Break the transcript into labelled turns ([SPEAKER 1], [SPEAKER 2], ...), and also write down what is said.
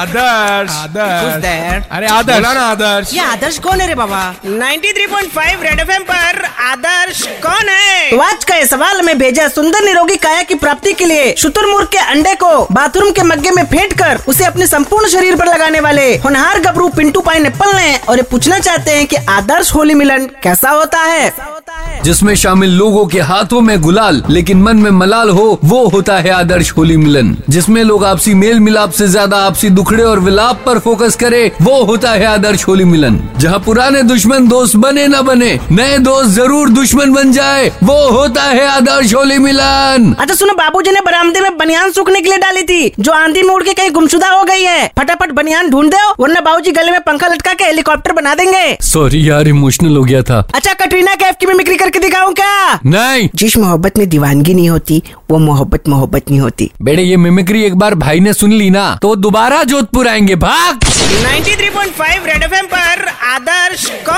[SPEAKER 1] Adarsh
[SPEAKER 2] Who's there?
[SPEAKER 1] अरे आदर्श बोला ना आदर्श
[SPEAKER 2] ये आदर्श कौन है रे बाबा
[SPEAKER 3] 93.5 रेड एफएम पर आदर्श कौन है
[SPEAKER 2] तो आज का ये सवाल मैं भेजा सुंदर निरोगी काया की प्राप्ति के लिए शुतुरमुर्ग के अंडे को बाथरूम के मग्गे में फेंट कर उसे अपने संपूर्ण शरीर पर लगाने वाले होनहार गबरू पिंटू पाइन एप्पल ने और ये पूछना चाहते हैं कि आदर्श होली मिलन कैसा होता है
[SPEAKER 4] जिसमें शामिल लोगों के हाथों में गुलाल लेकिन मन में मलाल हो वो होता है आदर्श होली मिलन जिसमें लोग आपसी मेल मिलाप से ज्यादा आपसी दुखड़े और विलाप पर फोकस करे वो होता है आदर्श होली मिलन जहाँ पुराने दुश्मन दोस्त बने न बने नए दोस्त जरूर दुश्मन बन जाए वो होता है आदर्श होली मिलन
[SPEAKER 2] अच्छा सुनो बाबूजी ने बरामदे में बनियान सूखने के लिए डाली थी जो आंधी में उड़ के कहीं गुमशुदा हो गई है फटाफट बनियान ढूंढ दो वरना बाबूजी गले में पंखा लटका के हेलीकॉप्टर बना देंगे
[SPEAKER 4] सॉरी यार इमोशनल हो गया था
[SPEAKER 2] अच्छा कटरीना कैफ की मिमिक्री करके दिखाऊं क्या
[SPEAKER 4] नहीं
[SPEAKER 2] जिस मोहब्बत में दीवानगी नहीं होती वो मोहब्बत मोहब्बत नहीं होती
[SPEAKER 4] बेटे ये मिमिक्री एक बार भाई ने सुन ली ना तो वो दोबारा जोधपुर आएंगे भाग
[SPEAKER 3] 93.5 रेड एफएम पर आदर्श कौन